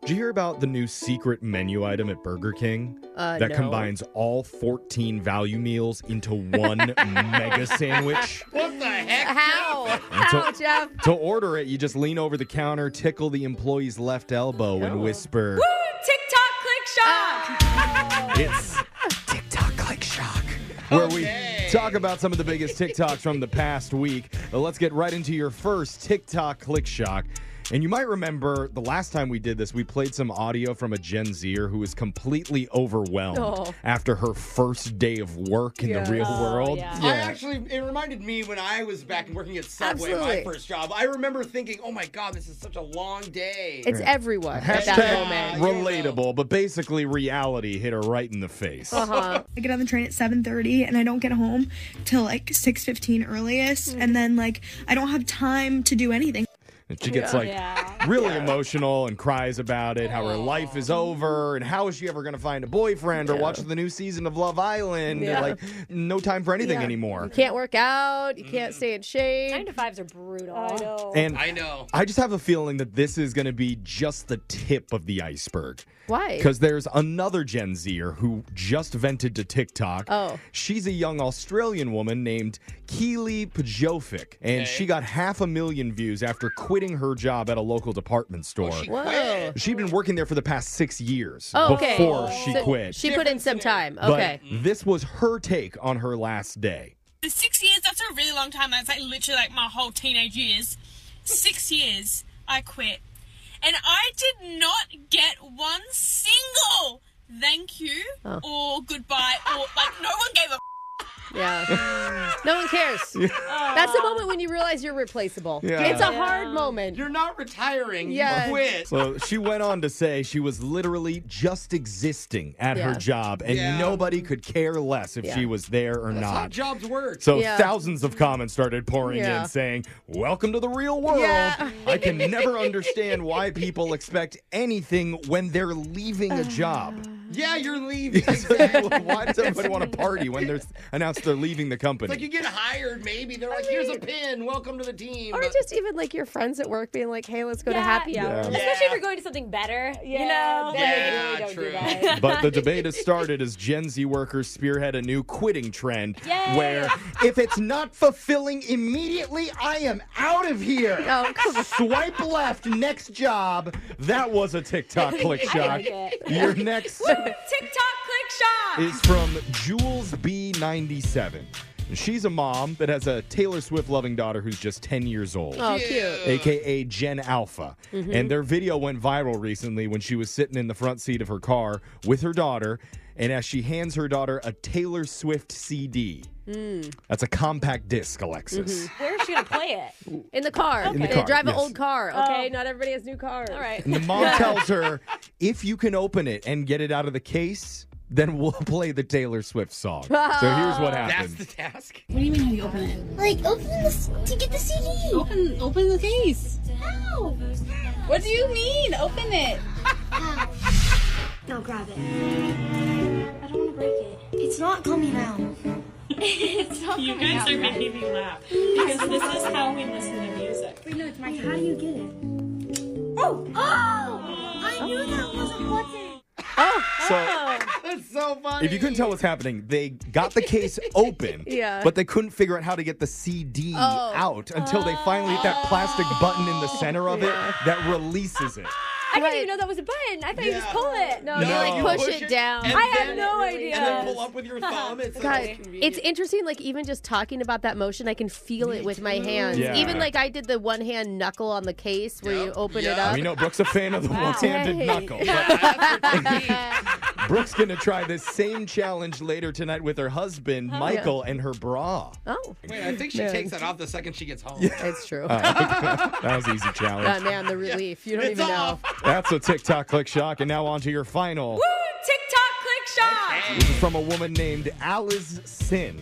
Did you hear about the new secret menu item at Burger King Uh, that no. combines all 14 value meals into one mega sandwich? What the heck? How? so- How, Jeff? To order it, you just lean over the counter, tickle the employee's left elbow, and whisper, TikTok click shock. Ah. It's TikTok Click Shock, where Okay. we talk about some of the biggest TikToks from the past week. But let's get right into your first TikTok Click Shock. And you might remember the last time we did this, we played some audio from a Gen Zer who was completely overwhelmed Oh. after her first day of work in Yeah. the real world. yeah. I actually, it reminded me when I was back and working at Subway, Absolutely. my first job. I remember thinking, oh my God, this is such a long day. It's everyone at that Hashtag moment. you don't know. relatable, but basically reality hit her right in the face. Uh-huh. I get on the train at 7:30 and I don't get home till like 6:15 earliest and then like I don't have time to do anything. And she gets like Yeah. really emotional and cries about it, how her life is over and how is she ever going to find a boyfriend or watch the new season of Love Island? Yeah. And like, no time for anything anymore. Can't work out. You Mm. can't stay in shape. Nine to fives are brutal. I know. And I know. I just have a feeling that this is going to be just the tip of the iceberg. Why? Because there's another Gen Zer who just vented to TikTok. Oh. She's a young Australian woman named Keely Pajofic, and she got half a million views after quitting her job at a local department store. She Whoa. quit. She'd been working there for the past six years Oh, okay. before she So quit. She put in some time. but Okay. this was her take on her last day. The six years, that's a really long time. That's like literally like my whole teenage years. Six years, I quit. And I did not get one single thank you or goodbye or like no one gave a yeah. No one cares. That's the moment when you realize you're replaceable. Yeah. It's a hard moment. You're not retiring. Yes. You quit. So she went on to say she was literally just existing at Yeah. her job, and Yeah. nobody could care less if Yeah. she was there or That's how not. jobs work. So Yeah. thousands of comments started pouring Yeah. in saying, "Welcome to the real world. Yeah. I can never understand why people expect anything when they're leaving a job." yeah, you're leaving. It's like, why does everybody want to party when they're announced they're leaving the company? like you get hired, maybe. They're like, here's a pin. Welcome to the team. Or just even like your friends at work being like, hey, let's go to happy hour. Yeah. Especially if you're going to something better. You know? Then Yeah, you really don't true. do that. But the debate has started as Gen Z workers spearhead a new quitting trend Yay. where if it's not fulfilling immediately, I am out of here. Oh, come on. Swipe left, next job. That was a TikTok click shock. like it. Your next TikTok click shock. is from Jules B97. She's a mom that has a Taylor Swift loving daughter who's just 10 years old. Oh, cute. Mm-hmm. aka Gen Alpha. And their video went viral recently when she was sitting in the front seat of her car with her daughter, and as she hands her daughter a Taylor Swift CD. Hmm. That's a compact disc, Alexis. Mm-hmm. Where is she going to play it? In the car. the They car, drive an yes. old car, okay? Not everybody has new cars. All right. And the mom tells her, if you can open it and get it out of the case, then we'll play the Taylor Swift song. So here's what That's happened. the task. What do you mean how you open it? Like, open this to get the CD. Open open the case. Ow! What do you mean? Open it. No, grab it. I don't want to break it. It's not coming out. it's not You guys are making me laugh because this is how we listen to music. Wait, no, it's my. How do you get it? Oh! Oh! I knew that wasn't what's it. so That's so funny. if you couldn't tell what's happening, they got the case open, Yeah. but they couldn't figure out how to get the CD Oh. out until they finally hit that plastic button in the center of Yeah. it that releases it. I didn't even know that was a button. I thought you just pull it. No, No. you like You push, push it, it down. and I have then- no It really idea. and then does. pull up with your thumb. It's God, like, it's interesting. Like even just talking about that motion, I can feel it with my hands. Yeah. Even like I did the one hand knuckle on the case where you Yep. open it Yeah. up. We know Brooke's a fan of the one-handed Hey. knuckle. But Brooke's gonna try this same challenge later tonight with her husband Michael and her bra. oh, Wait, I think she No. takes that off the second she gets home. it's true. that was an easy God, challenge. man, the relief. You don't It's even off. know. That's a TikTok click shock, and now on to your final. TikTok click shock. This is from a woman named Alice Sin,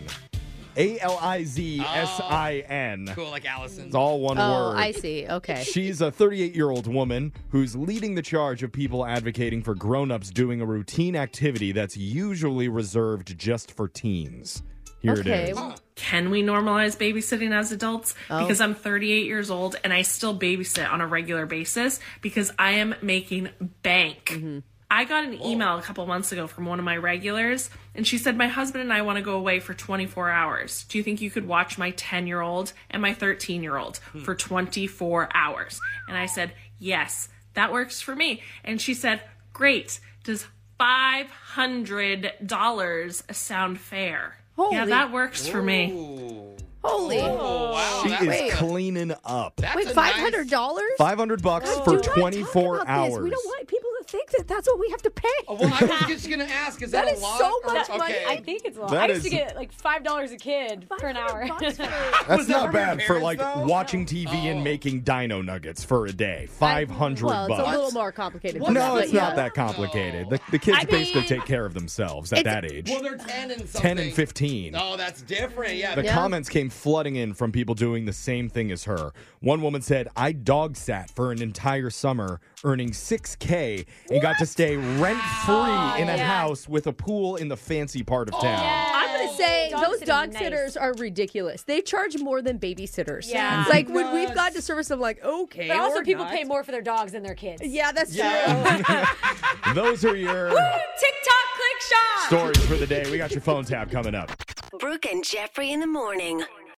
A L I Z S I N. Oh, Cool, like Allison. It's all one Oh, word. I see. Okay. She's a 38 year old woman who's leading the charge of people advocating for grown ups doing a routine activity that's usually reserved just for teens. Here it Okay. is. Can we normalize babysitting as adults? Because I'm 38 years old and I still babysit on a regular basis because I am making bank. I got an email a couple months ago from one of my regulars, and she said, My husband and I want to go away for 24 hours. Do you think you could watch my 10 year old and my 13 year old for 24 hours? And I said, Yes, that works for me. And she said, Great. Does $500 sound fair? yeah, Holy- that works for me. Holy. Oh, wow. She that- is Wait. cleaning up. that's Wait, a five nice- hundred dollars? Five hundred bucks for twenty four hours. We don't want people to think that that's what we have to pay. Oh, well, I was just going to ask, is that, That a is lot? so much money. okay. I I think it's a lot. That I used is- to get like five dollars a kid for an hour. 500 bucks for- That's Was that not from bad your for parents, like though? Oh. watching TV and making dino nuggets for a day. Five hundred Oh. well, it's bucks. a little more complicated. than no, that, it's but not yeah. that complicated. The, the kids I basically mean- take care of themselves at It's- that age. Well, they're 10 and something. 10 and 15. Oh, that's different. Yeah. The Yeah. comments came flooding in from people doing the same thing as her. One woman said, I dog sat for an entire summer, earning 6K, and got to stay rent free Oh, in a house with a pool in the fancy part of town. I'm gonna say Dog those sitting's dog nice. sitters are ridiculous. They charge more than babysitters. Yeah. It's like when we've got to service, I'm like, okay. But also, or people not. pay more for their dogs than their kids. Yeah, that's true. Yeah. Those are your TikTok click shop. stories for the day. We got your phone tab coming up. Brooke and Jeffrey in the morning.